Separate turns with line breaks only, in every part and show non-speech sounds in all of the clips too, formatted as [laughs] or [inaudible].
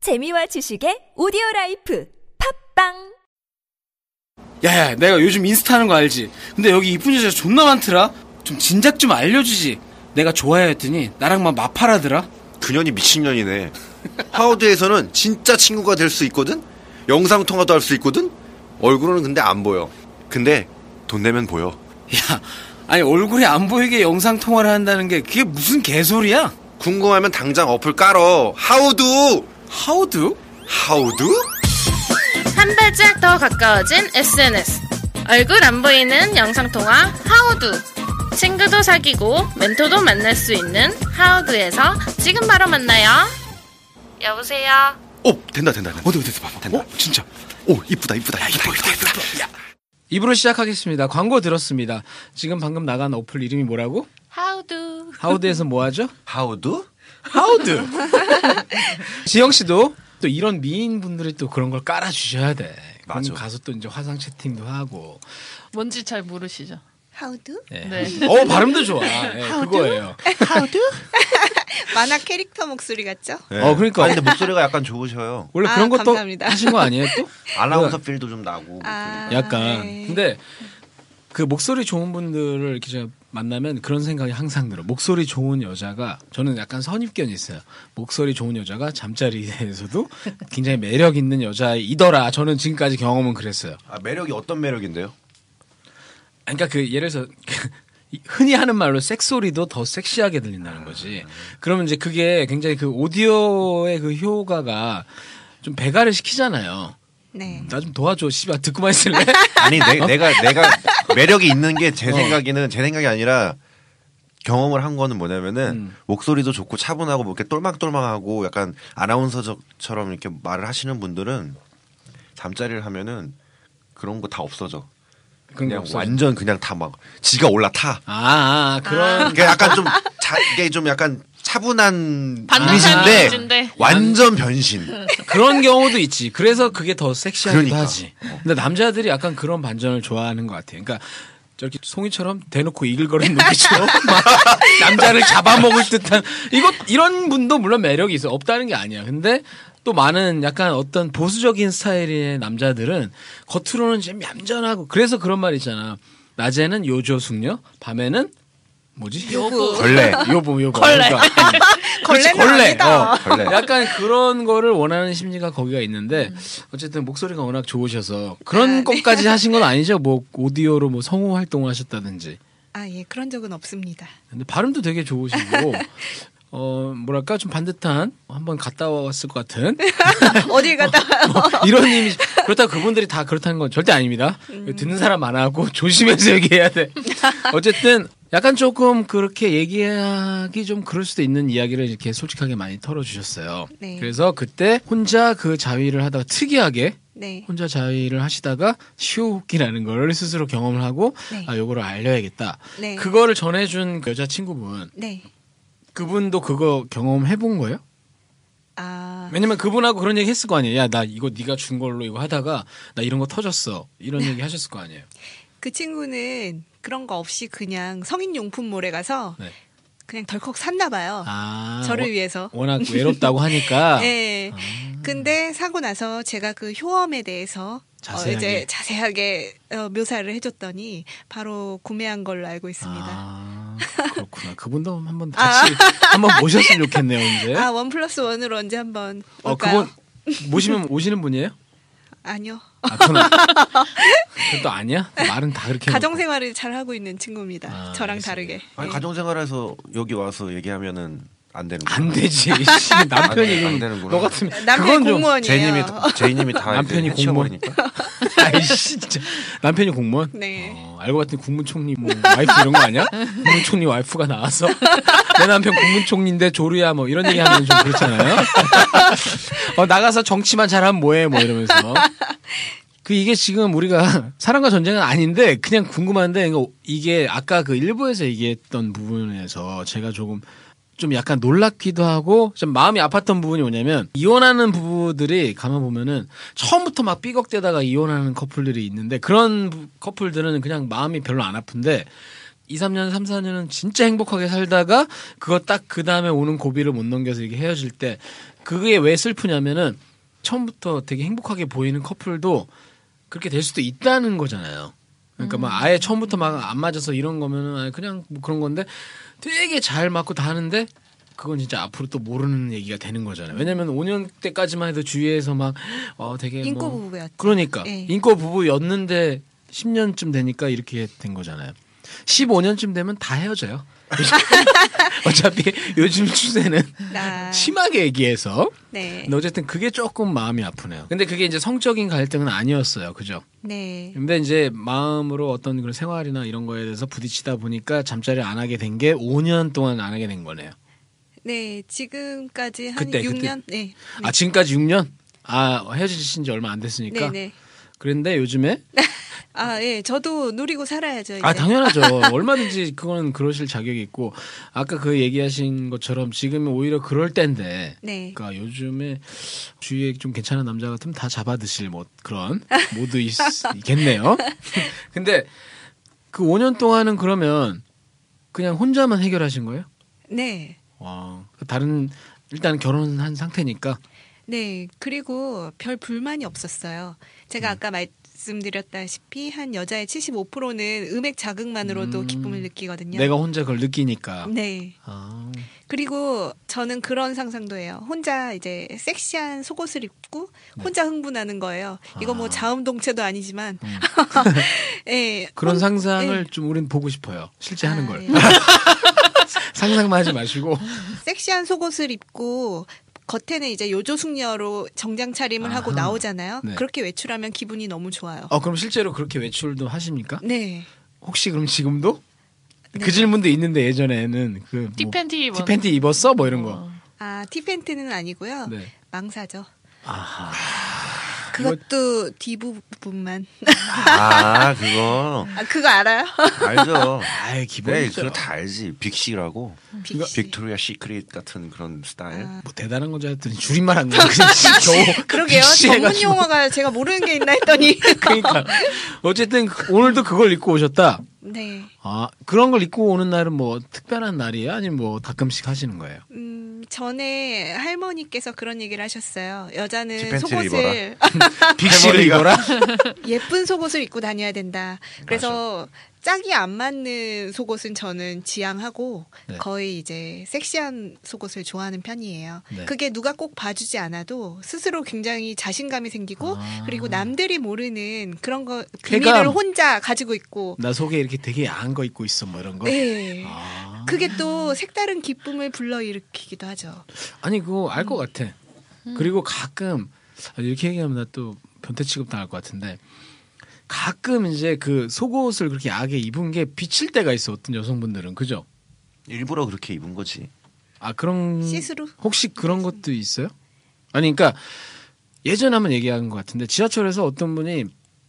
재미와 지식의 오디오 라이프 팝빵
야야 내가 요즘 인스타 하는 거 알지? 근데 여기 이쁜 여자 존나 많더라? 좀 진작 좀 알려주지 내가 좋아해 했더니 나랑만 마팔하더라
그년이 미친년이네. 하우드에서는 진짜 친구가 될 수 있거든? 영상통화도 할 수 있거든? 얼굴은 근데 안 보여. 근데 돈 내면 보여.
야 아니 얼굴이 안 보이게 영상 통화를 한다는 게 그게 무슨 개소리야?
궁금하면 당장 어플 깔어. 하우드!
하우드?
하우드?
한 발짝 더 가까워진 SNS. 얼굴 안 보이는 영상통화 하우두. 친구도 사귀고 멘토도 만날 수 있는 하우두에서 지금 바로 만나요. 여보세요.
오, 된다, 된다. 된다.
어디 어디 어디 봐봐
된다.
어? 진짜
오, 이쁘다, 이쁘다, 야, 이쁘다, 이쁘다, 이쁘다.
입으로 시작하겠습니다 광고 들었습니다 지금 방금 나간 어플 이름이 뭐라고?
하우두.
하우드에서 뭐 하죠?
하우드?
하우드 [laughs] 지영 씨도 또 이런 미인 분들이 또 그런 걸 깔아 주셔야 돼. 그럼
맞아.
가서 또 이제 화상 채팅도 하고.
뭔지 잘 모르시죠?
How do?
예.
네.
어 발음도 좋아. 예, 그거예요.
[laughs] 만화 캐릭터 목소리 같죠?
어 그러니까
네. 아니, 근데 목소리가 약간 좋으셔요.
원래
아,
그런 것도
감사합니다.
하신 거 아니에요 또?
아나운서
네.
필도 좀 나고.
[laughs] 아,
약간.
네.
근데 그 목소리 좋은 분들을 이렇게 제가 만나면 그런 생각이 항상 들어. 목소리 좋은 여자가 저는 약간 선입견이 있어요. 목소리 좋은 여자가 잠자리에서도 굉장히 매력 있는 여자이더라. 저는 지금까지 경험은 그랬어요.
아, 매력이 어떤 매력인데요?
그러니까 그 예를 들어서 [laughs] 이 흔히 하는 말로 섹소리도 더 섹시하게 들린다는 거지. 그러면 이제 그게 굉장히 그 오디오의 그 효과가 좀 배가를 시키잖아요.
네.
나 좀 도와줘. 씨발 듣고만 있을래?
[laughs]
아니 내, 내가 [laughs] 내가 매력이 있는 게 제 생각에는 제 생각이 아니라 경험을 한 거는 뭐냐면은
음.
목소리도 좋고 차분하고 뭐 이렇게 똘망똘망하고 약간 아나운서처럼 이렇게 말을 하시는 분들은 잠자리를 하면은 그런 거 다 없어져.
그런 게
그냥
없어요.
완전 그냥 다 막 지가 올라타.
아, 아, 그런
그러니까 약간 좀 자, 이게 좀 약간 차분한
받는 사람 위주인데.
이미지인데 완전 변신.
그런 경우도 있지. 그래서 그게 더 섹시하기도
그러니까.
하지. 근데 남자들이 약간 그런 반전을 좋아하는 것 같아요. 그러니까 저렇게 송이처럼 대놓고 이글거리는 눈빛으로 [laughs] 막 남자를 잡아먹을 듯한 이거 이런 분도 물론 매력이 있어 없다는 게 아니야. 근데 또 많은 약간 어떤 보수적인 스타일의 남자들은 겉으로는 좀 얌전하고 그래서 그런 말 있잖아. 낮에는 요조숙녀, 밤에는 뭐지? 요보.
벌레.
요보, 요보. 걸레.
[laughs] 걸레는 아니다.
어.
벌레.
[laughs] 약간 그런 거를 원하는 심리가 거기가 있는데 어쨌든 목소리가 워낙 좋으셔서 그런 것까지 하신 건 아니죠. 뭐 오디오로 뭐 성우 활동을 하셨다든지.
아, 예, 그런 적은 없습니다.
근데 발음도 되게 좋으시고 어 뭐랄까 좀 반듯한 한번 갔다 왔을 것 같은
어딜 갔다 와요?
[laughs] 이런 이미 그렇다고 그분들이 다 그렇다는 건 절대 아닙니다.
음.
듣는 사람 많아하고 [laughs] 조심해서 얘기해야 돼. 어쨌든 약간 조금 그렇게 얘기하기 좀 그럴 수도 있는 이야기를 이렇게 솔직하게 많이 털어주셨어요.
네.
그래서 그때 혼자 그 자위를 하다가 특이하게
[laughs] 네.
혼자 자위를 하시다가 시호흡기라는 걸 스스로 경험을 하고
네.
아 요거를 알려야겠다.
네.
그거를 전해준 그 여자친구분
네.
그분도 그거 경험해본 거예요?
아,
왜냐면 그분하고 그런 얘기 했을 거 아니에요. 야, 나 이거 네가 준 걸로 이거 하다가 나 이런 거 터졌어. 이런 얘기 하셨을 거 아니에요.
그 친구는 그런 거 없이 그냥 성인 용품 몰에 가서
네.
그냥 덜컥 샀나 봐요.
아,
저를
워-
위해서.
워낙 외롭다고
[laughs]
하니까
예.
아.
근데 사고 나서 제가 그 효험에 대해서
자세하게.
어, 이제 자세하게 어, 묘사를 해줬더니 바로 구매한 걸로 알고 있습니다.
아, 그렇구나. 그분도 한번 같이 한번 모셨으면 좋겠네요, 이제.
아, 원 플러스 원으로 언제 한번
어,
올까요?
그분 모시면 오시는 분이에요?
아니요.
아, 그건 아- 그건 또 아니야? 말은 다 그렇게
가정
해놓고.
생활을 잘 하고 있는 친구입니다.
그러니까. 아,
저랑
알겠습니다.
다르게.
아니 가정생활에서 여기 와서 얘기하면은 안 되는 거야.
안 되지. 씨, 남편이
안 돼, 안
그럼
되는구나.
너 같으면
남편
그건 좀
공무원이에요.
제이님이 제이님이 다
남편이
이제
공무원.
해치워버리니까.
[laughs] 아이씨 진짜 남편이 공무원?
네.
어, 알고 봤더니 국무총리 뭐 와이프 이런 거 아니야? 국무총리 와이프가 나와서 [laughs] 내 남편 국무총리인데 조류야 뭐 이런 얘기 하면 좀 그렇잖아요. [laughs] 어, 나가서 정치만 잘하면 뭐해 뭐 이러면서. 그 이게 지금 우리가 [laughs] 사랑과 전쟁은 아닌데 그냥 궁금한데 이거- 이게 아까 그 일부에서 얘기했던 부분에서 제가 조금 좀 약간 놀랍기도 하고 좀 마음이 아팠던 부분이 뭐냐면 이혼하는 부부들이 가만 보면은 처음부터 막 삐걱대다가 이혼하는 커플들이 있는데 그런 부- 커플들은 그냥 마음이 별로 안 아픈데 2, 3년, 3, 4년은 진짜 행복하게 살다가 그거 딱 그 다음에 오는 고비를 못 넘겨서 이게 헤어질 때 그게 왜 슬프냐면은 처음부터 되게 행복하게 보이는 커플도 그렇게 될 수도 있다는 거잖아요. 그러니까 막 아예 처음부터 막 안 맞아서 이런 거면은 아예 그냥 뭐 그런 건데 되게 잘 맞고 다 하는데 그건 진짜 앞으로 또 모르는 얘기가 되는 거잖아요. 왜냐면 5년 때까지만 해도 주위에서 막어 되게 뭐-
인꼬 부부였죠.
그러니까
예.
인꼬 부부였는데 10년쯤 되니까 이렇게 된 거잖아요. 15년쯤 되면 다 헤어져요. [laughs] 어차피 요즘 추세는
나-
심하게 얘기해서
네.
근데 어쨌든 그게 조금 마음이 아프네요. 근데 그게 이제 성적인 갈등은 아니었어요. 그죠?
네.
근데 이제 마음으로 어떤 그런 생활이나 이런 거에 대해서 부딪히다 보니까 잠자리 안 하게 된 게 5년 동안 안 하게 된 거네요.
네, 지금까지 한
그때,
6년. 네.
아, 지금까지 6년? 아, 헤어지신 지 얼마 안 됐으니까.
네, 네.
그런데 요즘에
[laughs] 아, 예. 저도 누리고 살아야죠, 이제.
아 당연하죠. 얼마든지 그거는 그러실 자격이 있고 아까 그 얘기하신 것처럼 지금 오히려 그럴 때인데.
네.
그러니까 요즘에 주위에 좀 괜찮은 남자 같으면 다 잡아 드실 뭐 그런 모두 있, 있겠네요. [laughs] 근데 그 5년 동안은 그러면 그냥 혼자만 해결하신 거예요?
네.
와. 그 다른 일단 결혼한 상태니까
네, 그리고 별 불만이 없었어요.
음.
제가 아까 말씀드렸다시피 한 여자의 75%는 음액 자극만으로도
음.
기쁨을 느끼거든요.
내가 혼자 그걸 느끼니까.
네.
아.
그리고 저는 그런 상상도 해요. 혼자 이제 섹시한 속옷을 입고
네.
혼자 흥분하는 거예요. 이거
아.
뭐 자음동체도 아니지만. [laughs] 예.
그런
혼-
상상을 좀 우린 보고 싶어요. 실제 하는
아,
걸.
예.
[laughs] 상상만 하지 마시고.
섹시한 속옷을 입고 겉에는 이제 요조 숙녀로 정장 차림을 하고
아하.
나오잖아요.
네.
그렇게 외출하면 기분이 너무 좋아요.
어, 그럼 실제로 그렇게 외출도 하십니까?
네.
혹시 그럼 지금도? 그 질문도 있는데 예전에는 그 뭐,
티팬티 입었-
티팬티 입었어? 뭐 이런 거.
아, 티팬트는 아니고요.
네.
망사죠.
아하.
그것도 뒤 부분만.
아 그거
아,
[laughs]
그거 알아요?
알죠.
아이
네,
기본이죠.
그거 다 알지. 빅시라고. 그러니까
빅시.
빅토리아 시크릿 같은 그런 스타일.
뭐 대단한 건지 했더니 줄임말
[laughs]
한 거. 그냥 겨우
아, 그러게요.
빅시해가지고.
전문 용어가 제가 모르는 게 있나
[laughs]
했더니.
그러니까 어쨌든 그- 오늘도 그걸 입고 오셨다.
네.
아 그런 걸 입고 오는 날은 뭐 특별한 날이에요? 아니면 뭐 가끔씩 하시는 거예요?
음, 전에 할머니께서 그런 얘기를 하셨어요. 여자는
[laughs]
지팬티를
속옷을
빅시를 입어라.
예쁜 속옷을 입고 다녀야 된다. 그래서 짝이 안 맞는 속옷은 저는 지양하고
네.
거의 이제 섹시한 속옷을 좋아하는 편이에요.
네.
그게 누가 꼭 봐주지 않아도 스스로 굉장히 자신감이 생기고
아.
그리고 남들이 모르는 그런 거
쾌감.
비밀을 혼자 가지고 있고.
나 속에 이렇게 되게 야한 거 입고 있어 뭐 이런 거.
네.
아.
그게 또 색다른 기쁨을 불러일으키기도 하죠.
아니 그거 알 것 같아.
음.
그리고 가끔 아, 이렇게 얘기하면 나 또 변태 취급 당할 것 같은데 가끔 이제 그 속옷을 그렇게 야하게 입은 게 비칠 때가 있어 어떤 여성분들은 그죠?
일부러 그렇게 입은 거지.
아 그런
시스루?
혹시 그런 것도 있어요? 아니 그러니까 예전에 한번 얘기한 것 같은데 지하철에서 어떤 분이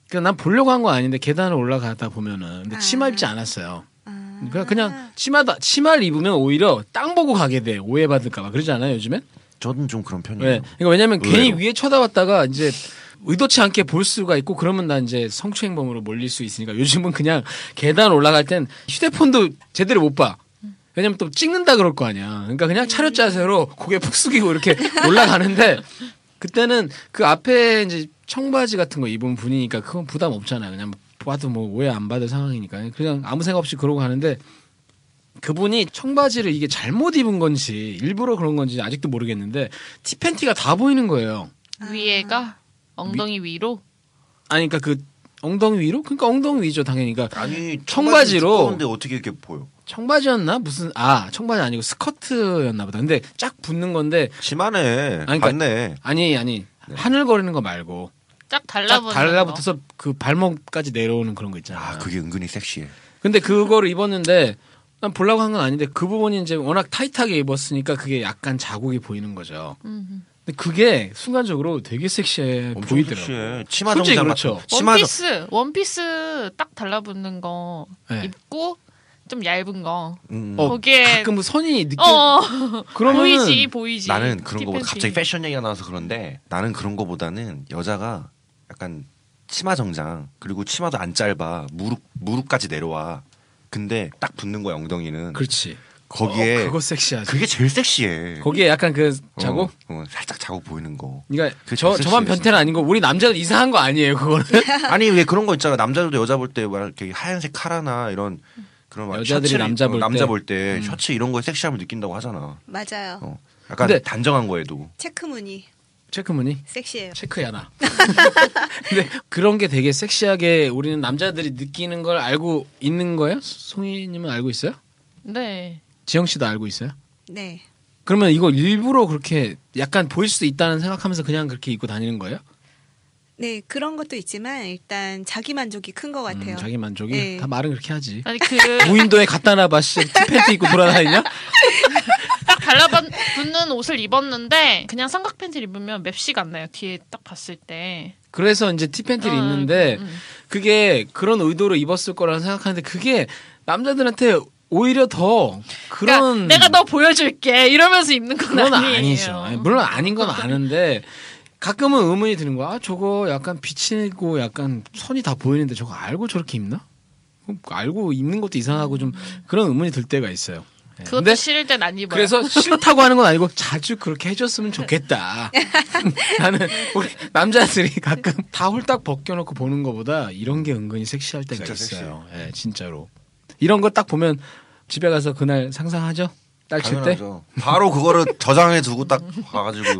그냥 난 보려고 한 거 아닌데 계단을 올라가다 보면은 근데 치마
아.
입지 않았어요. 그러니까
아.
그냥 그냥 치마다 치마를 입으면 오히려 땅 보고 가게 돼 오해받을까봐 그러지 않아요 요즘엔?
저는 좀 그런 편이에요.
네. 그러니까 왜냐면 괜히
의외로.
위에 쳐다봤다가 이제 의도치 않게 볼 수가 있고 그러면 난 이제 성추행범으로 몰릴 수 있으니까 요즘은 그냥 계단 올라갈 땐 휴대폰도 제대로 못 봐. 왜냐면 또 찍는다 그럴 거 아니야. 그러니까 그냥 차렷 자세로 고개 푹 숙이고
[laughs]
이렇게 올라가는데 그때는 그 앞에 이제 청바지 같은 거 입은 분이니까 그건 부담 없잖아. 그냥 봐도 뭐 오해 안 받을 상황이니까 그냥 아무 생각 없이 그러고 가는데 그분이 청바지를 이게 잘못 입은 건지 일부러 그런 건지 아직도 모르겠는데 티팬티가 다 보이는 거예요.
위에가 엉덩이 위로
아니 그러니까 그 엉덩이 위로? 그러니까 엉덩이 위죠 당연히. 그러니까
아니
청바지로.
근데 어떻게 이렇게 보여?
청바지였나 무슨 아 청바지 아니고 스커트였나 보다. 근데 쫙 붙는 건데
심하네.
아니, 그러니까-
맞네.
아니 아니 하늘거리는 거 말고
쫙
쫙
달라붙는 거.
달라붙어서 그 발목까지 내려오는 그런 거 있잖아.
아 그게 은근히 섹시해.
근데 그거를 입었는데 난 보려고 한 건 아닌데 그 부분이 이제 워낙 타이트하게 입었으니까 그게 약간 자국이 보이는 거죠.
음.
근데 그게 순간적으로 되게 섹시해
엄청
보이더라고요.
섹시해. 치마
솔직히
정장
그렇죠.
같은- 치마 정
원피스 원피스 딱 달라붙는 거
네.
입고 좀 얇은 거.
음,
어,
거기에-
가끔 선이 느껴
어, 어.
그러면은
보이지 보이지.
나는 그런 거보다
티팬티.
갑자기 패션 얘기가 나와서 그런데 나는 그런 거보다는 여자가 약간 치마 정장 그리고 치마도 안 짧아 무릎 무릎까지 내려와 근데 딱 붙는 거야 엉덩이는.
그렇지.
거기에
어, 그거 섹시하지.
그게 제일 섹시해.
거기에 약간 그 자고.
어, 어, 살짝 자고 보이는 거. [laughs]
그러니까
그게
저
제일
저만
섹시해, 진짜.
변태는 아닌 거. 우리 남자들 이상한 거 아니에요. 그거는.
[laughs] 아니 왜 그런 거 있잖아 남자들도 여자 볼 때 막 이렇게 하얀색 카라나 이런 그런 막
여자들이
셔츠를-
남자
어,
볼
남자
때. 음.
볼 때 셔츠 이런 거에 섹시함을 느낀다고 하잖아.
맞아요.
어. 약간
근데-
단정한 거에도
체크무늬
체크무늬.
섹시해요.
체크야 나. [laughs] 근데 그런 게 되게 섹시하게 우리는 남자들이 느끼는 걸 알고 있는 거예요? 송이님은 알고 있어요?
네.
지영 씨도 알고 있어요?
네.
그러면 이거 일부러 그렇게 약간 보일 수도 있다는 생각하면서 그냥 그렇게 입고 다니는 거예요?
네, 그런 것도 있지만 일단 자기 만족이 큰 것
음,
같아요.
자기 만족이
네.
다 말은 그렇게 하지.
아니 그 딱
[laughs] 무인도에 갖다 놔봐 씨 팬티 입고 돌아다니냐?
달라붙는 옷을 입었는데 그냥 삼각 팬티를 입으면 맵시가 안 나요. 뒤에 딱 봤을 때.
그래서 이제 티팬티를
어,
입는데
음.
그게 그런 의도로 입었을 거라고 생각하는데 그게 남자들한테 오히려 더
그러니까
그런
내가 너 보여줄게 이러면서 입는 건
그건
아니에요.
아니죠. 아니, 물론 아닌
[laughs]
건 아는데 가끔은 의문이 드는 거야. 아, 저거 약간 비치고 약간 선이 다 보이는데 저거 알고 저렇게 입나? 그럼 알고 입는 것도 이상하고 좀 그런 의문이 들 때가 있어요. 예.
그것도
근데
싫을 땐 안 입어요.
그래서 싫다고 하는 건 아니고 자주 그렇게 해줬으면
[laughs]
좋겠다. 나는 우리 남자들이 가끔 다 홀딱 벗겨놓고 보는 것보다 이런 게 은근히 섹시할 때가
진짜
있어요. 예, 진짜로. 이런 거 딱 보면 집에 가서 그날 상상하죠? 딸 칠 때?
당연하죠. 바로 그거를 저장해 두고 딱 가가지고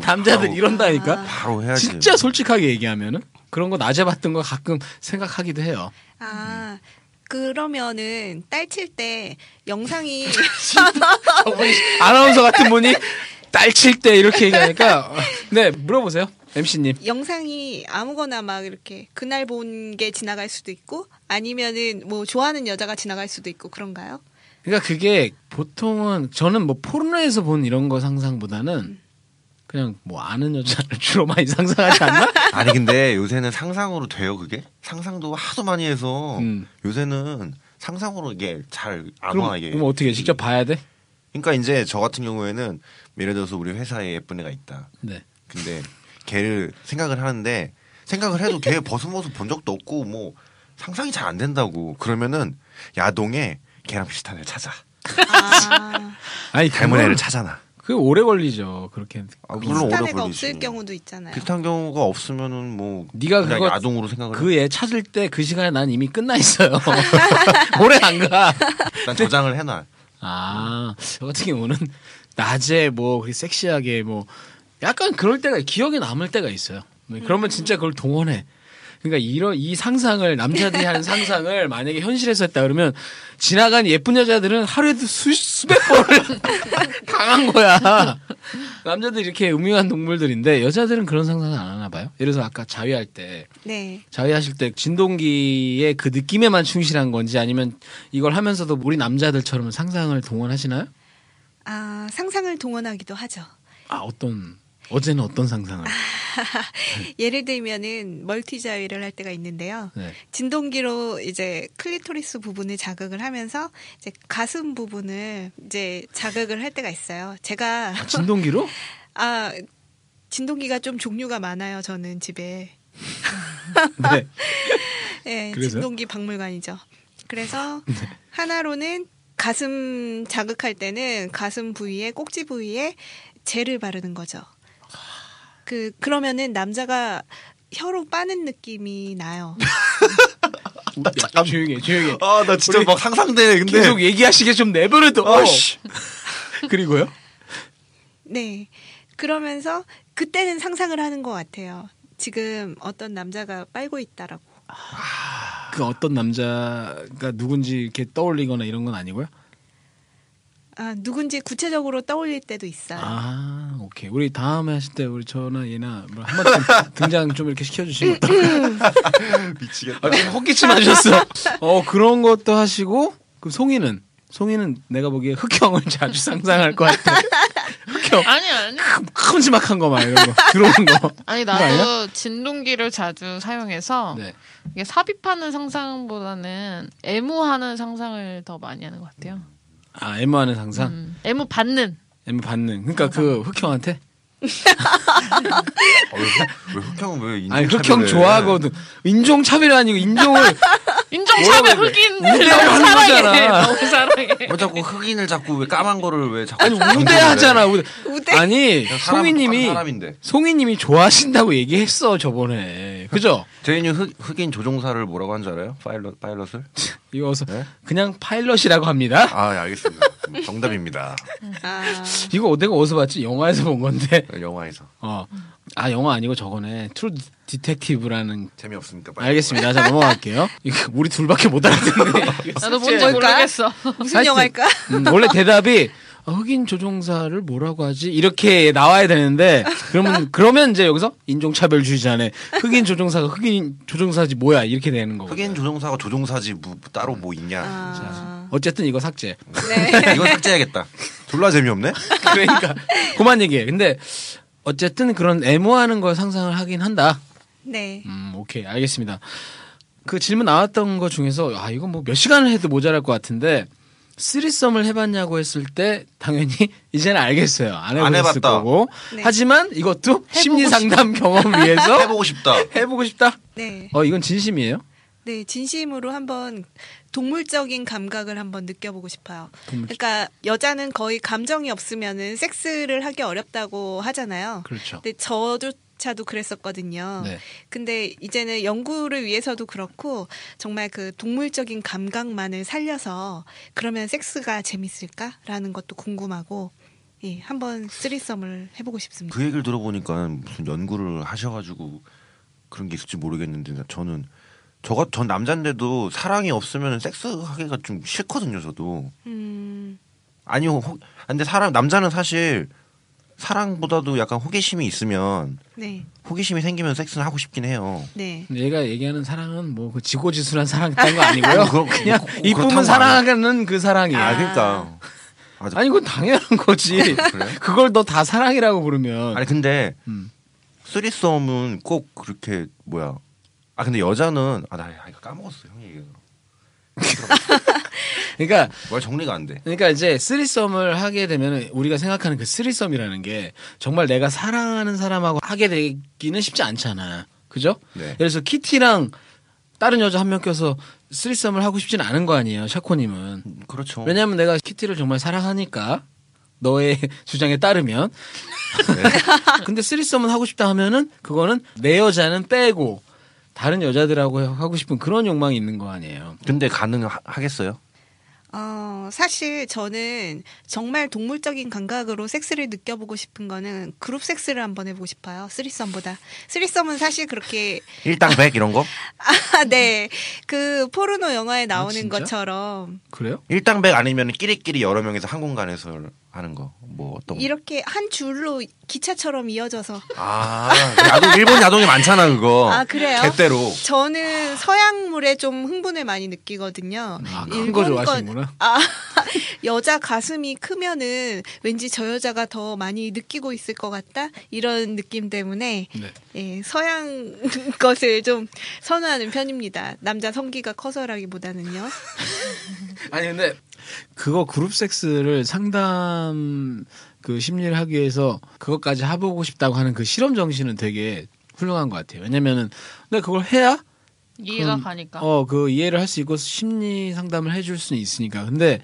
[laughs] 남자들
바로,
이런다니까?
아.
바로 해야지.
진짜 솔직하게 얘기하면은 그런 거 낮에 봤던 거 가끔 생각하기도 해요.
아,
음.
그러면은 딸 칠 때
[laughs]
영상이
저분이 아나운서 같은 분이 딸 칠 때 이렇게 얘기하니까 어, 네 물어보세요 MC님.
영상이 아무거나 막 이렇게 그날 본 게 지나갈 수도 있고 아니면은 뭐 좋아하는 여자가 지나갈 수도 있고 그런가요?
그러니까 그게 보통은 저는 뭐 포르노에서 본 이런 거 상상보다는 그냥 뭐 아는 여자를 [laughs] 주로 많이 상상하지
[laughs]
않나?
아니 근데 요새는 상상으로 돼요 그게 상상도 하도 많이 해서
음.
요새는 상상으로 이게 잘 안
그럼,
와 이게.
그럼 어떻게 직접 봐야 돼?
그러니까 이제 저 같은 경우에는 예를 들어서 우리 회사에 예쁜 애가 있다.
네.
근데 걔를 생각을 하는데 생각을 해도 걔 벗은 모습 본 적도 없고 뭐 상상이 잘 안 된다고 그러면은 야동에 걔랑 비슷한 애를
[laughs]
찾아
아,
아니
닮은 애를
그건-
찾아놔
그게 오래 걸리죠 그렇게.
아, 물론 오래
비슷한
걸리지
애가 없을 경우도 있잖아요.
그렇죠.
비슷한 경우가 없으면은 뭐
네가
아, 그냥
그거-
야동으로 생각을
그 애 찾을 때 그 시간에 난 이미 끝나 있어요. [laughs] 오래 안 가.
해. 난 저장을 해놔
아, 저 같은 경우는 낮에 뭐 그렇게 섹시하게 뭐 약간 그럴 때가 기억에 남을 때가 있어요. 네, 그러면 진짜 그걸 동원해. 그러니까 이런 이 상상을 남자들이 하는 상상을 만약에 현실에서 했다 그러면 지나간 예쁜 여자들은 하루에도 수, 수백 번을 [laughs] 당한 거야. 남자들 이렇게 음흉한 동물들인데 여자들은 그런 상상을 안 하나 봐요. 예를 들어서 아까 자위할 때
네.
자위하실 때 진동기의 그 느낌에만 충실한 건지 아니면 이걸 하면서도 우리 남자들처럼 상상을 동원하시나요?
아, 상상을 동원하기도 하죠.
아 어떤 어제는 어떤 상상을?
예를 들면은 멀티 자위를 할 때가 있는데요.
네.
진동기로 이제 클리토리스 부분을 자극을 하면서 이제 가슴 부분을 이제 자극을 할 때가 있어요. 제가
아,
[laughs]
진동기로?
[laughs] 아 진동기가 좀 종류가 많아요. 저는 집에
네.
예,
그래서요? 네.
진동기 박물관이죠.
[laughs]
그래서 하나로는 가슴 자극할 때는 가슴 부위에 꼭지 부위에 젤을 바르는 거죠. 그 그러면은 남자가 혀로 빠는 느낌이 나요.
잠깐 조용히 해, 조용히. 해.
아 나 진짜 막 상상돼 근데 어,
계속 얘기하시게 좀 내버려둬.
아씨
그리고요?
네. 그러면서 그때는 상상을 하는 것 같아요. 지금 어떤 남자가 빨고 있다라고.
그 어떤 남자가 누군지 이렇게 떠올리거나 이런 건 아니고요.
아 누군지 구체적으로 떠올릴 때도 있어요.
아 오케이. 우리 다음에 하실 때 우리 저나 얘나 뭐 한번 [laughs] 등장 좀 이렇게 시켜주시면.
[laughs] 미치겠다
아, 지금 헛기침 하셨어. 어, 그런 것도 하시고, 그 송이는, 송이는 내가 보기에 흑형을 [laughs] 자주 상상할 것 같아. 흑형. 그
아니 아니.
큼- 큼지막한 거 막 이런 거. 들어오는
[laughs]
거.
아니
그거
나도 진동기를 자주 사용해서
네.
이게 삽입하는 상상보다는 애무하는 상상을 더 많이 하는 것 같아요.
아, 애무하는 상상?
음, 애무 받는.
애무 받는. 그러니까 그 흑형한테?
어, 왜, 흑- 왜 흑형은 왜 인종
아니 흑형 좋아하거든. 인종 차별이 아니고 인종을
인종차별
뭐라고 그래?
흑인들
우대하는
너무 사랑해.
거잖아.
[laughs] 너무
[laughs]
사랑해.
왜뭐 자꾸 흑인을 자꾸 왜 까만 거를 왜 자꾸
아니
강조를
우대하잖아.
해?
우대.
우대?
아니
그냥 사람,
송이님이
사람인데
송이님이 좋아하신다고 얘기했어 저번에. 그죠?
제인이 흑, 흑인 조종사를 뭐라고 한 줄 알아요? 파일럿 파일럿을?
이거 어서
네?
그냥 파일럿이라고 합니다.
아, 예, 알겠습니다. 정답입니다.
아,
[laughs] 이거 내가 어디서 봤지? 영화에서 본 건데.
영화에서
어. 아 영화 아니고 저거네. 트루 디텍티브라는.
재미없으니까 빨리.
알겠습니다. 자 넘어갈게요. [laughs] 이거 우리 둘밖에 못 [laughs] 알아듣네.
나도 뭔지
뭘까?
모르겠어.
무슨
하여튼,
영화일까?
음, 원래 대답이 아, 흑인 조종사를 뭐라고 하지? 이렇게 나와야 되는데 그러면 그러면 이제 여기서 인종차별주의자네. 흑인 조종사가 흑인 조종사지 뭐야? 이렇게 되는 거고.
흑인 조종사가 조종사지 뭐, 따로 뭐 있냐?
아,
어쨌든 이거 삭제.
이건 삭제해야겠다. 졸라 재미없네.
[laughs] 그러니까 그만 얘기해. 근데 어쨌든 그런 애모하는 걸 상상을 하긴 한다.
네.
음, 오케이. 알겠습니다. 그 질문 나왔던 것 중에서 아, 이건 뭐 몇 시간을 해도 모자랄 것 같은데 쓰리썸을 해봤냐고 했을 때 당연히 [laughs] 이제는 알겠어요. 안
안
해봤을
해봤다.
거고.
네.
하지만 이것도 심리 상담 경험 위해서
해보고 싶다.
해보고 싶다.
네.
어, 이건 진심이에요.
네, 진심으로 한번 동물적인 감각을 한번 느껴보고 싶어요.
동물적.
그러니까 여자는 거의 감정이 없으면은 섹스를 하기 어렵다고 하잖아요.
그렇죠.
근데 저조차도 그랬었거든요.
네.
근데 이제는 연구를 위해서도 그렇고 정말 그 동물적인 감각만을 살려서 그러면 섹스가 재밌을까라는 것도 궁금하고 예, 한번 쓰리썸을 해보고 싶습니다.
그 얘기를 들어보니까 무슨 연구를 하셔가지고 그런 게 있을지 모르겠는데 저는 저가 전 남잔데도 사랑이 없으면 섹스 하기가 좀 싫거든요. 저도
음,
아니요. 혹- 근데 사람 남자는 사실 사랑보다도 약간 호기심이 있으면
그
네,
호기심이 생기면 섹스는 하고 싶긴 해요.
네.
근데 얘가 얘기하는 사랑은 뭐 그 지고지순한 사랑 같은 거 아니고요.
그럼
그냥
그-
이쁨은
그렇다고
사랑하는 그 사랑이에요.
아 그러니까 아,
아니 그건 당연한 거지.
그래요?
[laughs] 그걸 너 다 사랑이라고 부르면
아니 근데
음.
쓰리썸은 꼭 그렇게 뭐야? 아 근데 여자는 아나 이거 까먹었어 형 얘기가
그러니까
말 정리가 안 돼.
그러니까 이제 쓰리썸을 하게 되면 우리가 생각하는 그 쓰리썸이라는 게 정말 내가 사랑하는 사람하고 하게 되기는 쉽지 않잖아. 그죠?
네.
예를 들어서 키티랑 다른 여자 한 명 껴서 쓰리썸을 하고 싶진 않은 거 아니에요. 샤코님은.
음, 그렇죠.
왜냐하면 내가 키티를 정말 사랑하니까 너의 [laughs] 주장에 따르면 [laughs] 근데 쓰리썸은 하고 싶다 하면은 그거는 내 여자는 빼고 다른 여자들하고 하고 싶은 그런 욕망이 있는 거 아니에요.
근데 가능하겠어요?
어, 사실 저는 정말 동물적인 감각으로 섹스를 느껴보고 싶은 거는 그룹 섹스를 한번 해보고 싶어요. 쓰리썸보다. 쓰리썸은 사실 그렇게 [laughs]
일당 백 이런 거?
아, 네. 그 포르노 영화에 나오는
진짜?
것처럼
그래요?
일당 백 아니면 끼리끼리 여러 명이서 한 공간에서 하는 거. 뭐 어떤 거?
이렇게 한 줄로 기차처럼 이어져서
아, 야동 일본 야동이 많잖아 그거.
아, 그래요?
개대로.
어.
저는 서양물에 좀 흥분을 많이 느끼거든요.
아, 큰거
일본 건-
좋아하시는구나.
아, [laughs] 여자 가슴이 크면은 왠지 저 여자가 더 많이 느끼고 있을 것 같다 이런 느낌 때문에
네.
예, 서양 [laughs] 것을 좀 선호하는 편입니다. 남자 성기가 커서라기보다는요.
아니 근데 그거 그룹 섹스를 상담 그 심리를 하기 위해서 그것까지 해보고 싶다고 하는 그 실험 정신은 되게 훌륭한 것 같아요. 왜냐면은 내가 그걸 해야
이해가
그럼,
가니까.
어, 그 이해를 할 수 있고 심리 상담을 해줄 수는 있으니까. 근데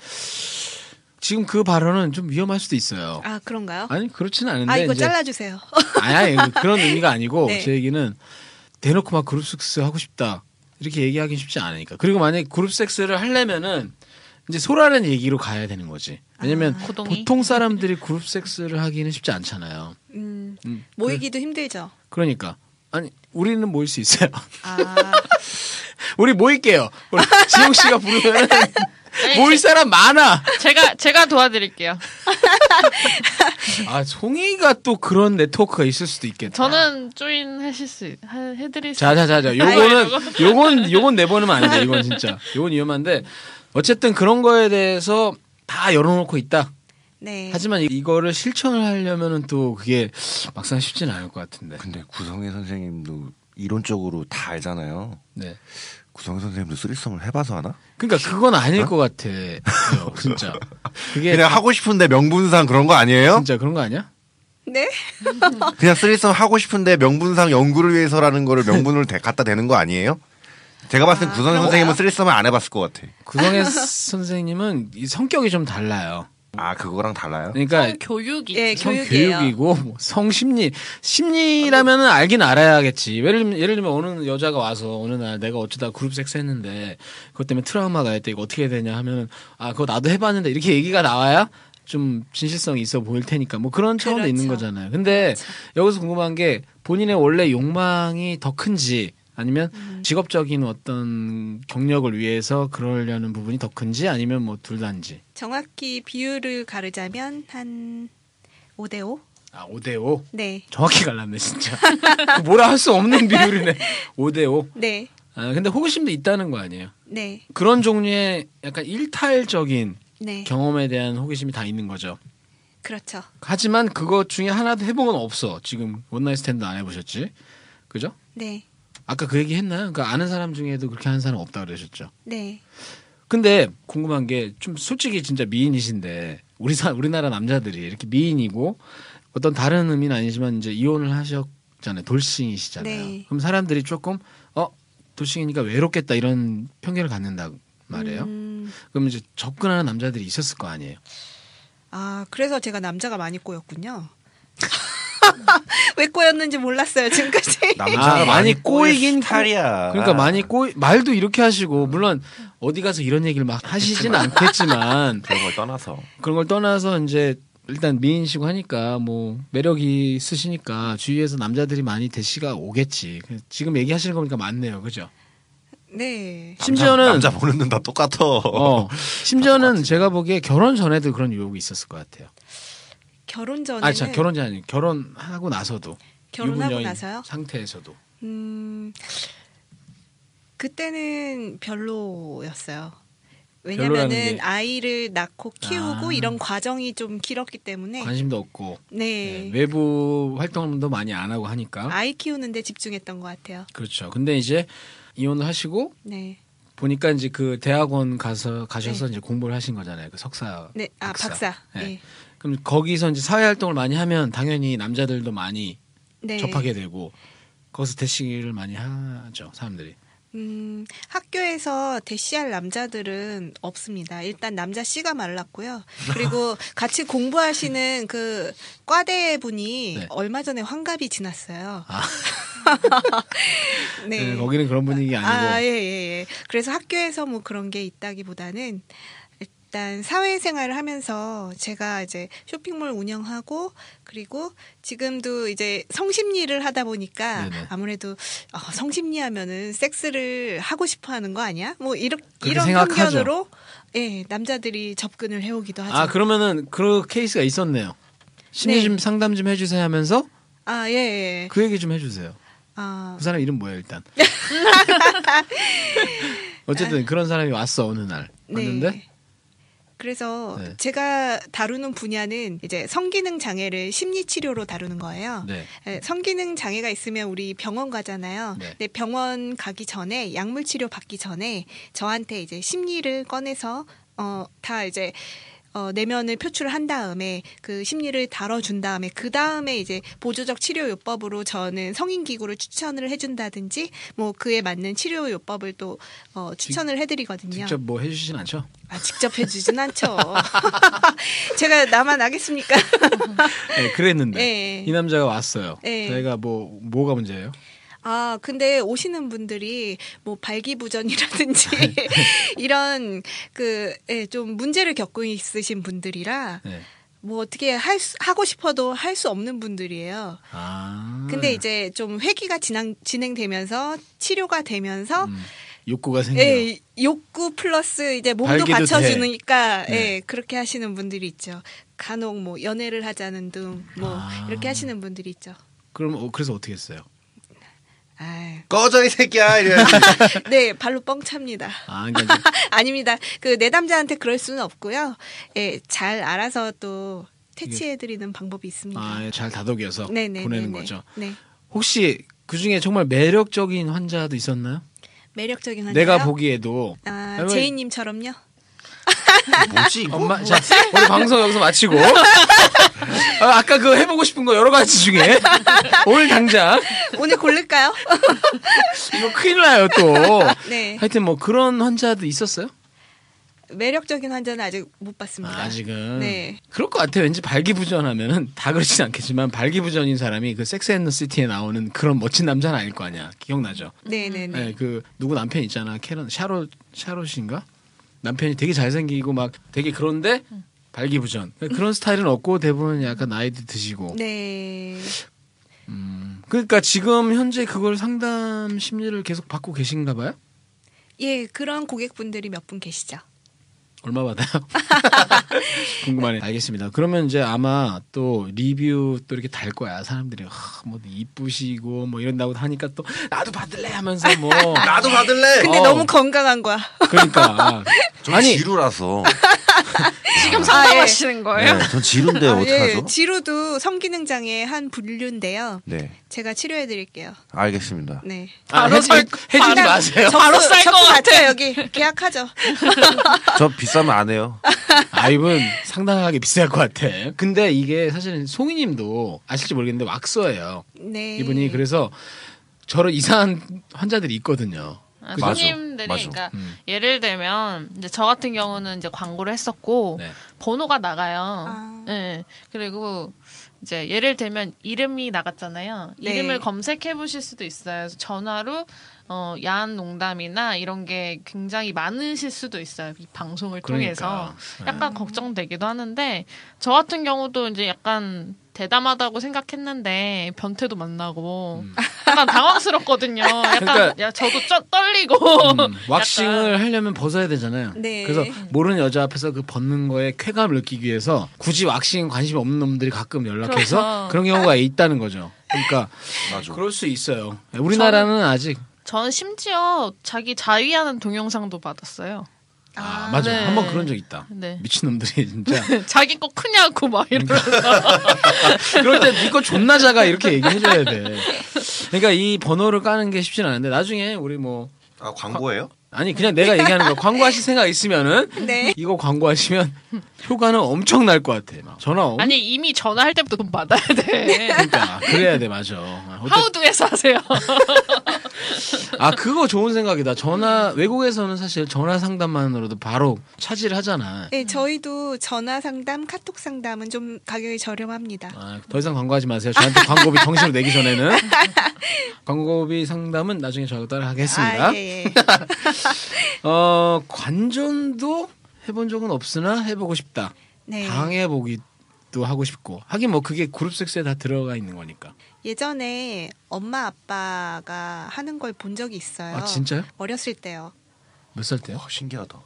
지금 그 발언은 좀 위험할 수도 있어요.
아 그런가요?
아니 그렇지는 않은데
아 이거
이제-
잘라주세요. [laughs]
아니, 아니, 그런 의미가 아니고
네.
제 얘기는 대놓고 막 그룹 섹스 하고 싶다 이렇게 얘기하기 쉽지 않으니까. 그리고 만약에 그룹 섹스를 하려면은 이제 소라는 얘기로 가야 되는 거지. 왜냐면
아,
고동이.
보통 사람들이 그룹 섹스를 하기는 쉽지 않잖아요.
음,
음,
모이기도 힘들죠.
그러니까 아니 우리는 모일 수 있어요.
아,
우리 모일게요. 우리 지용 씨가 부르면 모일 사람 많아.
제가 제가 도와드릴게요.
아 송이가 또 그런 네트워크가 있을 수도 있겠다.
저는 조인 하실 수 있- 하- 해드릴 수.
자자자자 요거는 요건 요건 내보내면 안돼 이건 진짜 요건 위험한데 어쨌든 그런 거에 대해서 다 열어놓고 있다
네.
[laughs] 하지만 이- 이거를 실천을 하려면은 또 그게 막상 쉽지는 않을 것 같은데
근데 구성희 선생님도 이론적으로 다 알잖아요.
네
구성희 선생님도 쓰리썸을 해봐서 하나?
그러니까 그건 아닐 것 같아 요 진짜 그게
그냥 하고 싶은데 명분상 그런 거 아니에요?
진짜 그런 거 아니야
네?
그냥 쓰리썸 하고 싶은데 명분상 연구를 위해서라는 거를 명분으로 대- 갖다 대는 거 아니에요? 제가 봤을
아,
때 구선 선생님은 쓰리썸을 안 해봤을 것 같아.
구성의 선생님은 이 성격이 좀 달라요.
아 그거랑 달라요?
그러니까
교육이
예,
성
교육이에요.
교육이고 뭐 성심리 심리라면은 알긴 알아야겠지. 예를 들면 예를 들면 어느 여자가 와서 어느 날 내가 어쩌다 그룹 섹스했는데 그것 때문에 트라우마가 있다 이거 어떻게 해야 되냐 하면은 아 그거 나도 해봤는데 이렇게 얘기가 나와야 좀 진실성이 있어 보일 테니까 뭐 그런 차원도 있는
그렇죠.
거잖아요. 근데 여기서 궁금한 게 본인의 원래 욕망이 더 큰지 아니면
음.
직업적인 어떤 경력을 위해서 그러려는 부분이 더 큰지 아니면 뭐 둘 다인지.
정확히 비율을 가르자면 한 5대 5?
아, 5대 5.
네.
정확히 갈랐네 진짜 [laughs] 그 뭐라 할 수 없는 비율이네 5대5
네.
아, 근데 호기심도 있다는 거 아니에요
네.
그런 종류의 약간 일탈적인
네.
경험에 대한 호기심이 다 있는 거죠
그렇죠.
하지만 그것 중에 하나도 해본 건 없어 지금 원나잇 스탠드 안 해보셨지 그죠?
네.
아까 그 얘기 했나요? 그러니까 아는 사람 중에도 그렇게 하는 사람 없다 그러셨죠
네.
근데 궁금한 게 좀 솔직히 진짜 미인이신데 우리 사 우리나라 남자들이 이렇게 미인이고 어떤 다른 의미는 아니지만 이제 이혼을 하셨잖아요 돌싱이시잖아요.
네.
그럼 사람들이 조금 어 돌싱이니까 외롭겠다 이런 편견을 갖는다 말이에요.
음,
그럼 이제 접근하는 남자들이 있었을 거 아니에요.
아, 그래서 제가 남자가 많이
[laughs]
꼬였군요. [laughs] 왜 꼬였는지
[laughs]
몰랐어요, 지금까지.
아, 많이 꼬이긴 꼬-
탈이야.
그러니까 많이 꼬이 말도 이렇게 하시고 물론 어디 가서 이런 얘기를 막 하시진 않겠지만
그런 걸 떠나서
그런 걸 떠나서 이제 일단 미인이시고 하니까 뭐 매력이 있으시니까 주위에서 남자들이 많이 대시가 오겠지. 그래서 지금 얘기하시는 거 보니까 맞네요. 그죠?
네.
심지어는
남자, 남자 보는 눈 다 똑같아.
어, 심지어는 제가 보기에 결혼 전에도 그런 유혹이 있었을 것 같아요.
결혼 전에
아, 참 결혼 전이 아니 결혼하고 나서도
결혼하고
유부녀인
나서요?
상태에서도
음, 그때는 별로였어요.
별로라는 게-
왜냐면은 아이를 낳고 키우고
아.
이런 과정이 좀 길었기 때문에
관심도 없고 네,
네.
외부 활동도 많이 안 하고 하니까
아이 키우는데 집중했던 것 같아요.
그렇죠. 근데 이제 이혼을 하시고
네,
보니까 이제 그 대학원 가서 가셔서 이제 공부를 하신 거잖아요. 그 석사. 예.
네, 아 박사. 네,
그럼 거기서 이제 사회 활동을 많이 하면 당연히 남자들도 많이
네.
접하게 되고 거기서 대시를 많이 하죠 사람들이.
음, 학교에서 대시할 남자들은 없습니다. 일단 남자 씨가 말랐고요.
[laughs]
그리고 같이 공부하시는 그 과대 분이
네.
얼마 전에 환갑이 지났어요. [laughs]
아. 네, [laughs] 거기는 그런 분위기 아니고
아, 예, 예, 예. 그래서 학교에서 뭐 그런 게 있다기보다는 일단 사회생활을 하면서 제가 이제 쇼핑몰 운영하고 그리고 지금도 이제 성심리를 하다 보니까
네네.
아무래도 어, 성심리 하면은 섹스를 하고 싶어 하는 거 아니야? 뭐 이런
그렇게
이런
생각하죠.
편견으로 예, 남자들이 접근을 해 오기도 하죠.
아 그러면은 그런 케이스가 있었네요. 심리
네.
좀 상담 좀 해주세요 하면서
아, 예, 예.
그 얘기 좀 해주세요.
아, [laughs]
그 사람 이름 뭐예요 일단.
네. 아.
어쨌든 그런 사람이 왔어 어느 날
네.
왔는데
그래서
네.
제가 다루는 분야는 이제 성기능 장애를 심리 치료로 다루는 거예요.
네.
예, 성기능 장애가 있으면 우리 병원 가잖아요.
네.
근데 병원 가기 전에 약물 치료 받기 전에 저한테 이제 심리를 꺼내서 어 다 이제 어, 내면을 표출한 다음에 그 심리를 다뤄준 다음에 그 다음에 이제 보조적 치료 요법으로 저는 성인 기구를 추천을 해준다든지 뭐 그에 맞는 치료 요법을 또 어, 추천을 해드리거든요.
직접 뭐 해주시진 않죠?
아, 직접 해주진 않죠. [laughs] 제가 나만 알겠습니까?
네, 그랬는데
예, 예.
이 남자가 왔어요.
예.
저희가 뭐 뭐가 문제예요?
아, 근데 오시는 분들이 뭐 [laughs] 발기부전이라든지 이런 그, 예, 좀 문제를 겪고 있으신 분들이라
네.
뭐 어떻게 할 수, 하고 싶어도 할 수 없는 분들이에요.
아.
근데 이제 좀 회기가 진행, 진행되면서 치료가 되면서
음, 욕구가 생겨.
예, 욕구 플러스 이제 몸도
발기도
받쳐주니까
돼.
예, 그렇게 하시는 분들이 있죠. 간혹 뭐 연애를 하자는 등 뭐
아.
이렇게 하시는 분들이 있죠.
그럼 어, 그래서 어떻게 했어요?
아,
꺼져 이
[laughs]
새끼야 이래야지.
네 발로 뻥 찹니다. [laughs]
아, 그러니까 이제
아닙니다. 그 내담자한테 그럴 수는 없고요. 예, 잘 알아서 또 퇴치해드리는 방법이 있습니다.
아, 잘 다독여서
네네,
보내는
네네.
거죠.
네,
혹시 그 중에 정말 매력적인 환자도 있었나요?
매력적인 환자.
내가 보기에도
아,
아니면-
제이님처럼요.
뭐지 이거?
엄마, 자, 우리 방송 여기서
[laughs]
마치고. 아, 아까 그 해보고 싶은 거 여러 가지 중에. 오늘 당장.
오늘 고를까요? [laughs]
이거 큰일 나요, 또.
네.
하여튼 뭐 그런 환자도 있었어요?
매력적인 환자는 아직 못 봤습니다.
아, 아직은.
네.
그럴 것 같아요. 왠지 발기부전하면은 다 그렇진 않겠지만 발기부전인 사람이 그 섹스 앤더 시티에 나오는 그런 멋진 남자는 아닐 거 아니야. 기억나죠?
네네네.
네, 그 누구 남편 있잖아. 캐런 샤롯 샤롯인가? 남편이 되게 잘생기고 막 되게 그런데 발기부전 그런 스타일은 없고 대부분 약간 나이도 드시고.
네.
그러니까 지금 현재 그걸 상담 심리를 계속 받고 계신가 봐요?
예, 그런 고객분들이 몇 분 계시죠.
얼마 받아요? 궁금하네. 알겠습니다. 그러면 이제 아마 또 리뷰 또 이렇게 달 거야. 사람들이 하, 뭐 이쁘시고 뭐 이런다고 하니까 또 나도 받을래 하면서 뭐
나도 받을래.
근데
어.
너무 건강한 거야.
그러니까
전
아니
지루라서.
지금 상담하시는 거예요?
네, 전 지루인데
아,
아,
예,
어떡하죠?
지루도 성기능 장애의 한 분류인데요.
네.
제가 치료해 드릴게요.
알겠습니다.
네.
아,
바로
해주,
살-
해주지
바로-
[laughs]
마세요.
바로 쌀 것 같아.
같아요, 여기. 계약하죠.
저 비싸면 안 해요.
아이분 상당하게 비쌀 것 같아. 근데 이게 사실은 송이님도 아실지 모르겠는데 왁서예요.
네.
이분이 그래서 저런 이상한 환자들이 있거든요.
아,
그죠?
손님들이
맞아, 맞아.
그러니까
음.
예를 들면 이제 저 같은 경우는 이제 광고를 했었고
네.
번호가 나가요.
아.
네. 그리고 이제 예를 들면 이름이 나갔잖아요.
네.
이름을 검색해 보실 수도 있어요. 그래서 전화로 어, 야한 농담이나 이런 게 굉장히 많으실 수도 있어요. 이 방송을 통해서
그러니까.
약간 걱정되기도 하는데 저 같은 경우도 이제 약간 대담하다고 생각했는데 변태도 만나고 약간 당황스럽거든요. 약간
음. 그러니까-
야, 저도 쪄- 떨리고
음, 왁싱을 하려면 벗어야 되잖아요.
네.
그래서 모르는 여자 앞에서 그 벗는 거에 쾌감을 느끼기 위해서 굳이 왁싱 관심 없는 놈들이 가끔 연락해서
그렇죠.
그런 경우가 있다는 거죠. 그러니까
맞아.
그럴 수 있어요. 우리나라는 아직
전 심지어 자기 자위하는 동영상도 받았어요.
아, 맞아 요
네.
한번 그런 적 있다.
네.
미친 놈들이 진짜
[laughs] 자기 거 크냐고 막 이러면서
그럴 때 니 거 존나 작아 이렇게 얘기해줘야 돼. 그러니까 이 번호를 까는 게 쉽진 않은데 나중에 우리 뭐
아 광고예요?
아니 그냥 내가 얘기하는 거 광고하실 생각 있으면은
네.
이거 광고하시면 [laughs] 효과는 엄청 날 것 같아. 막 전화 엄
아니 이미 전화할 때부터 돈 받아야 [laughs] 돼.
그러니까 그래야 돼 맞아. 아, 어쨌든-
하우드에서 [laughs] 하세요.
아 그거 좋은 생각이다. 전화 외국에서는 사실 전화 상담만으로도 바로 차지를 하잖아.
예, 저희도 전화 상담, 카톡 상담은 좀 가격이 저렴합니다.
아, 더 이상 광고하지 마세요. 저한테 광고비 정식으로 내기 전에는 광고비 상담은 나중에 저희가 따라 하겠습니다.
아, 예, 예.
어 관전도 해본 적은 없으나 해보고 싶다.
네.
당해보기도 하고 싶고 하긴 뭐 그게 그룹 섹스에 다 들어가 있는 거니까.
예전에 엄마 아빠가 하는 걸 본 적이 있어요.
아 진짜요?
어렸을 때요.
몇 살 때요?
와, 어, 신기하다.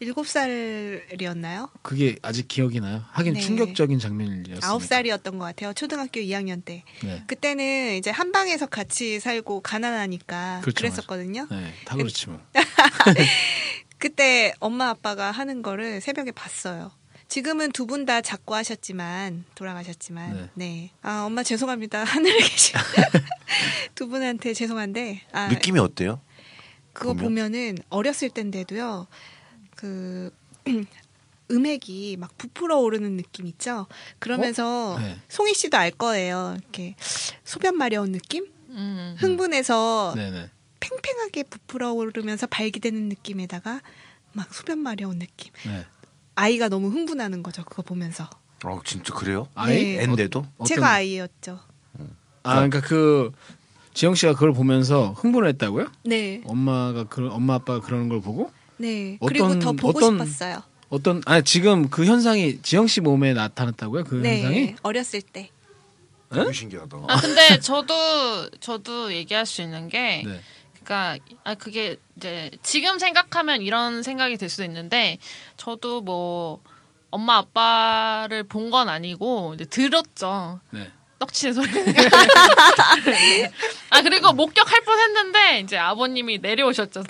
일곱 살이었나요?
그게 아직 기억이 나요. 하긴
네.
충격적인 장면이었어요.
아홉 살이었던 것 같아요. 초등학교 2학년 때.
네.
그때는 이제 한 방에서 같이 살고 가난하니까
그렇죠,
그랬었거든요
네, 다 그렇지 뭐.
그때 엄마 아빠가 하는 거를 새벽에 봤어요. 지금은 두 분 다 작고 하셨지만 돌아가셨지만
네.
네. 아 엄마 죄송합니다 [laughs] 하늘에 계신 두 분한테 죄송한데 아
느낌이 어때요?
그거
보면?
보면? 은 어렸을 땐데도요 그 [clears throat] 음액이 막 부풀어 오르는 느낌 있죠 그러면서
네.
송희 씨도 알 거예요 이렇게 소변 마려운 느낌
음.
흥분해서
네네.
팽팽하게 부풀어 오르면서 발기되는 느낌에다가 막 소변 마려운 느낌
네.
아이가 너무 흥분하는 거죠 그거 보면서
아 진짜 그래요?
아이 예.
네.
앤데도?
어떤-
제가 아이였죠
아 그러니까 그 지영 씨가 그걸 보면서 흥분을 했다고요?
네
엄마가 그 엄마 아빠가 그러는 걸 보고
네.
어떤-
그리고 더 보고
어떤-
싶었어요
어떤 아 지금 그 현상이 지영 씨 몸에 나타났다고요? 그 현상이?
네 어렸을 때
어? 네?
너무 신기하다.
아 근데 저도 저도 얘기할 수 있는 게
네.
그러니까 아 그게 이제 지금 생각하면 이런 생각이 들 수도 있는데 저도 뭐 엄마 아빠를 본 건 아니고 이제 들었죠.
네.
떡치는 소리. [laughs] 아 그리고 목격할 뻔했는데 이제 [laughs] 아버님이 내려오셨죠.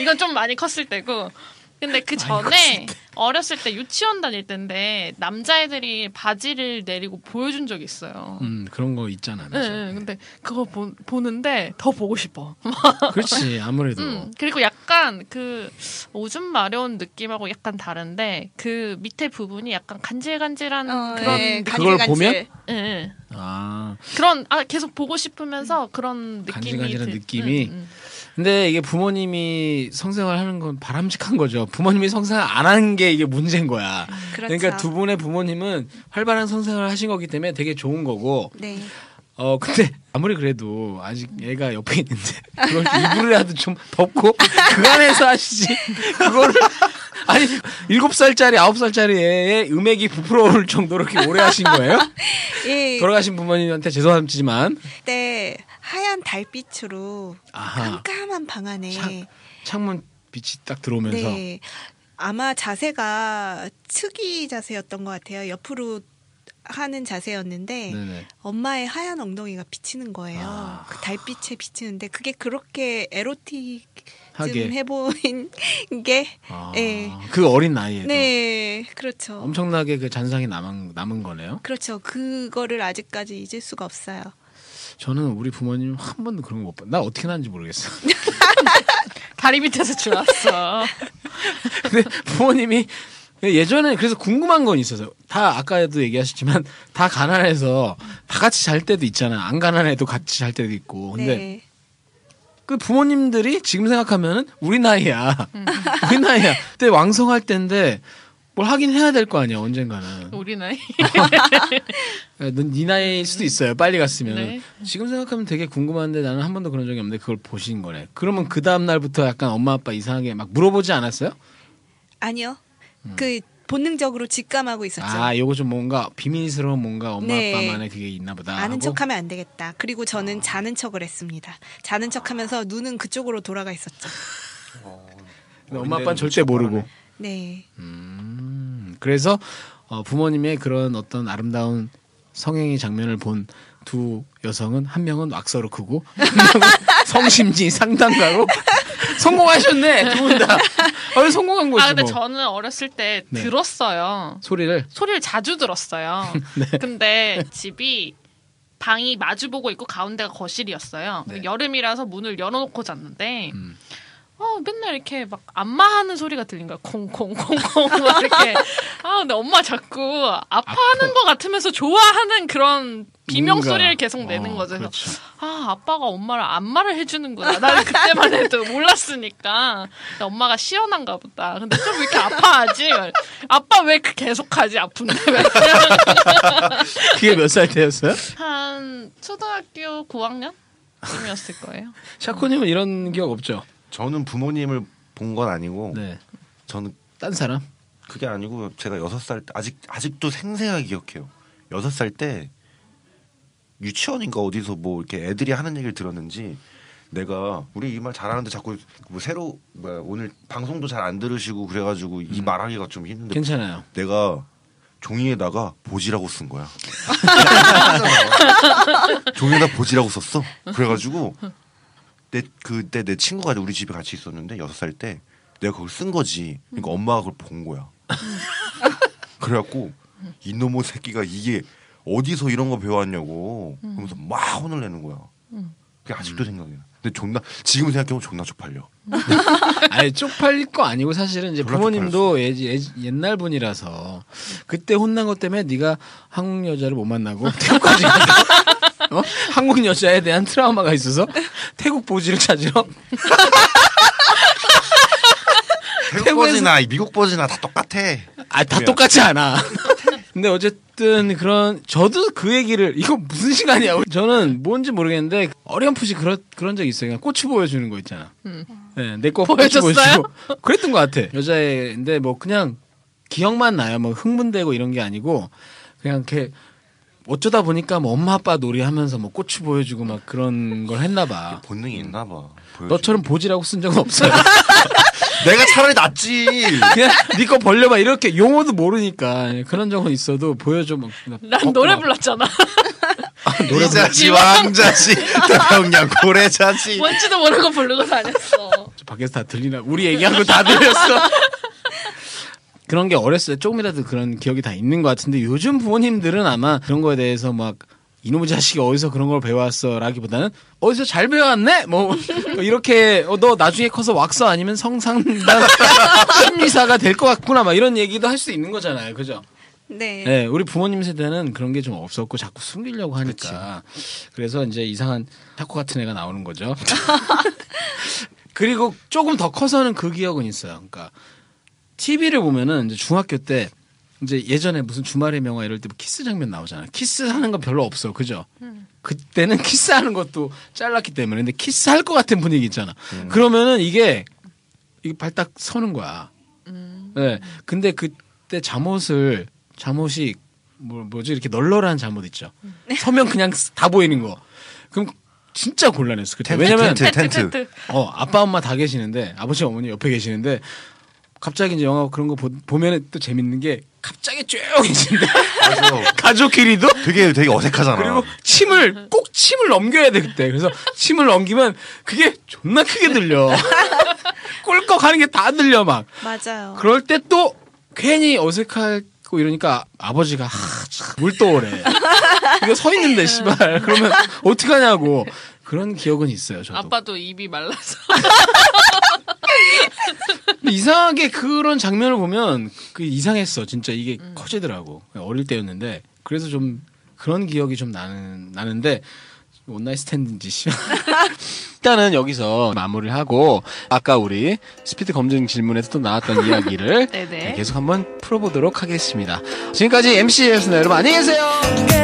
이건 좀 많이 컸을 때고 근데 그 전에 어렸을 때 유치원 다닐 때인데 남자애들이 바지를 내리고 보여준 적이 있어요.
음 그런 거 있잖아.
예,
맞아.
네.
예, 근데 그거 보, 보는데 더 보고 싶어. [laughs]
그렇지 아무래도
음, 그리고 약간 그 오줌 마려운 느낌하고 약간 다른데 그 밑에 부분이 약간 간질간질한 그런
예,
그걸
간질간질.
보면?
예, 예.
아
그런 아 계속 보고 싶으면서 그런 느낌이
음. 간질간질한
들-
느낌이?
음, 음.
근데 이게 부모님이 성생활 하는 건 바람직한 거죠. 부모님이 성생활 안 하는 게 이게 문제인 거야.
그렇죠.
러니까두 분의 부모님은 활발한 성생활을 하신 거기 때문에 되게 좋은 거고 [laughs]
네.
어 근데 [laughs] 아무리 그래도 아직 애가 옆에 있는데 그걸 이불이라도 좀 덮고 그 안에서 하시지 그거를 [laughs] 아니 일곱 살짜리 아홉 살짜리 애의 음액이 부풀어올 정도로 이렇게 오래 하신 거예요?
예,
돌아가신 부모님한테 죄송함지만
그때 하얀 달빛으로
아하
깜깜한 방 안에
창- 창문 빛이 딱 들어오면서
네. 아마 자세가 측이 자세였던 것 같아요. 옆으로 하는 자세였는데
네네.
엄마의 하얀 엉덩이가 비치는 거예요.
아.
그 달빛에 비치는데 그게 그렇게 에로틱
하게.
좀 해보인 [laughs] 게
아,
예.
그 어린 나이에도
네, 그렇죠.
엄청나게 그 잔상이 남은 남은 거네요.
그렇죠. 그거를 아직까지 잊을 수가 없어요.
저는 우리 부모님 한 번도 그런 거 못 봐. 나 어떻게 나는지 모르겠어.
다리
[laughs]
밑에서 주웠어.
근데 부모님이 예전에 그래서 궁금한 건 있어서 다 아까도 얘기하셨지만 다 가난해서 다 같이 잘 때도 있잖아. 안 가난해도 같이 잘 때도 있고. 근데
네.
그 부모님들이 지금 생각하면은 우리 나이야. [laughs] 우리 나이야. 그때 왕성할 때인데 뭘 하긴 해야 될 거 아니야. 언젠가는. 그러니까
우리 나이.
넌네 나이일 수도 있어요. 빨리 갔으면.
네.
지금 생각하면 되게 궁금한데 나는 한 번도 그런 적이 없는데 그걸 보신 거네. 그러면 그 다음 날부터 약간 엄마 아빠 이상하게 막 물어보지 않았어요?
아니요. 그 본능적으로 직감하고 있었죠.
음. 아, 요거 좀 뭔가 비밀스러운 뭔가 엄마
네.
아빠만의 그게 있나 보다.
아는
하고.
척하면 안 되겠다. 그리고 저는 자는 척을 했습니다. 자는 척하면서 눈은 그쪽으로 돌아가 있었죠.
근데 엄마 아빠는 절대 모르고.
네,
음, 그래서 어, 부모님의 그런 어떤 아름다운 성행의 장면을 본 두 여성은 한 명은 왁서로 크고 한 명은 성심지 상담가로 [laughs] 성공하셨네 두 분 다. 어, 이거 성공한 거지
아 근데
뭐.
저는 어렸을 때
네.
들었어요.
소리를
소리를
[laughs]
자주 들었어요.
네.
근데 집이 방이 마주 보고 있고 가운데가 거실이었어요.
네.
여름이라서 문을 열어놓고 잤는데
음.
어, 맨날 이렇게 막 안마하는 소리가 들린 거야. 콩콩콩콩 막 이렇게. 아 근데 엄마 자꾸 아파하는 것 같으면서 좋아하는 그런 비명
뭔가.
소리를 계속 내는
어,
거죠. 그래서
그렇죠.
아, 아빠가 엄마를 안마를 해주는구나. 나는 그때만 해도 몰랐으니까. 근데 엄마가 시원한가 보다. 근데 좀 왜 이렇게 아파하지? 아빠 왜 그- 계속하지? 아픈데. 왜?
그게 몇 살 때였어요?
한 초등학교 9학년? 쯤이었을 거예요.
샤코님은 이런 기억 없죠?
저는 부모님을 본 건 아니고
네.
저는
딴 사람?
그게 아니고 제가 여섯 살 때- 아직 아직도 생생하게 기억해요. 여섯 살 때 유치원인가 어디서 뭐 이렇게 애들이 하는 얘기를 들었는지 내가 우리 이 말 잘하는데 자꾸 뭐 새로 뭐야 오늘 방송도 잘 안 들으시고 그래가지고 이 말하기가 좀
네.
힘든데
음. 괜찮아요.
내가 종이에다가 보지라고 쓴 [laughs] 거야. 종이에다 보지라고 썼어. 그래가지고 내 그때 내 친구가 우리 집에 같이 있었는데 여섯 살 때 내가 그걸 쓴 거지. 그러니까 엄마가 그걸 본 [laughs] 거야. 그래갖고 이놈의 새끼가 이게 어디서 이런 거 배워왔냐고 그러면서 막 혼을 내는 거야. 그게 아직도 생각이 나. 근데 존나 지금 생각해보면 존나 쪽팔려.
아니 쪽팔릴 거 아니고 사실은 이제
졸라
부모님도 예, 예, 옛날 분이라서 그때 혼난 것 때문에 네가 한국 여자를 못 만나고 [laughs] 태국까지 갔다. 어? 한국 여자에 대한 트라우마가 있어서 태국 보지를 찾으러
태국 버지나 미국 버지나 다 똑같아.
아 다 똑같지 않아. [laughs] 근데 어쨌든 그런 저도 그 얘기를 이거 무슨 시간이야? 저는 뭔지 모르겠는데 어렴풋이 그런 그런 적 있어요. 그냥 꼬치 보여주는 거 있잖아. 네, 내거 꼬치
보여줬어요?
보여주고 [laughs] 그랬던 것 같아. 여자애인데 뭐 그냥 기억만 나요. 뭐 흥분되고 이런 게 아니고 그냥 이렇게 어쩌다 보니까 뭐 엄마 아빠 놀이하면서 뭐 꼬치 보여주고 막 그런 걸 했나 [laughs] 봐.
본능이 있나 봐. 보여주는
너처럼 보지라고 쓴 적은 없어요. [laughs]
내가 차라리 낫지.
그냥 네 거 벌려봐 이렇게 용어도 모르니까 그런 적은 있어도 보여줘 막. 어,
난 노래 불렀잖아.
이자지 왕자지 대평양 고래자지.
뭔지도 모르고 부르고 다녔어. [laughs]
밖에서 다 들리나 우리 얘기한 거 다 들렸어 그런 게 어렸을 때 조금이라도 그런 기억이 다 있는 것 같은데 요즘 부모님들은 아마 그런 거에 대해서 막 이놈의 자식이 어디서 그런 걸 배웠어라기보다는 어디서 잘 배웠네 뭐 [laughs] 이렇게 어, 너 나중에 커서 왁서 아니면 성상단 [laughs] 심리사가 될 것 같구나 막 이런 얘기도 할 수 있는 거잖아요 그죠?
네.
네, 우리 부모님 세대는 그런 게 좀 없었고 자꾸 숨기려고 하니까 그래서 이제 이상한 타코 같은 애가 나오는 거죠. [laughs] 그리고 조금 더 커서는 그 기억은 있어요. 그러니까 TV를 보면은 이제 중학교 때 이제 예전에 무슨 주말의 명화 이럴 때뭐 키스 장면 나오잖아요. 키스하는 건 별로 없어, 그죠? 그때는 [laughs] 키스하는 것도 잘랐기 때문에 근데 키스할 것 같은 분위기 있잖아. 그러면은 이게 이게 발딱 서는 거야. 네. 근데 그때 잠옷을 잠옷이 뭐, 뭐지 이렇게 널널한 잠옷 있죠. 서면 그냥 다 보이는 거. 그럼 진짜 곤란했어. 그때
텐트,
왜냐면
텐트, 텐트.
어 아빠 엄마 다 계시는데 아버지 어머니 옆에 계시는데 갑자기 이제 영화 그런 거 보, 보면 또 재밌는 게 갑자기 조용해진다.
그래서
가족끼리도
되게 되게 아, 어색하잖아.
그리고 침을 꼭 침을 넘겨야 돼 그때. 그래서 침을 넘기면 그게 존나 크게 들려. 꿀꺽 하는 게 다 들려 막.
맞아요.
그럴 때 또 괜히 어색하고 이러니까 아버지가 하, 참, 물 떠오래. 이거 서 있는데 씨발 그러면 어떡하냐고 그런 기억은 있어요. 저도
아빠도 입이 말라서
근데 이상하게 그런 장면을 보면 그 이상했어. 진짜 이게 커지더라고. 어릴 때였는데 그래서 좀 그런 기억이 좀 나는 나는데 온라인 스탠드인지 씨. [laughs] 일단은 여기서 마무리를 하고 아까 우리 스피드 검증 질문에서 또 나왔던 이야기를
[laughs] 네네.
계속 한번 풀어보도록 하겠습니다. 지금까지 MC 였습니다. 여러분 안녕히 계세요.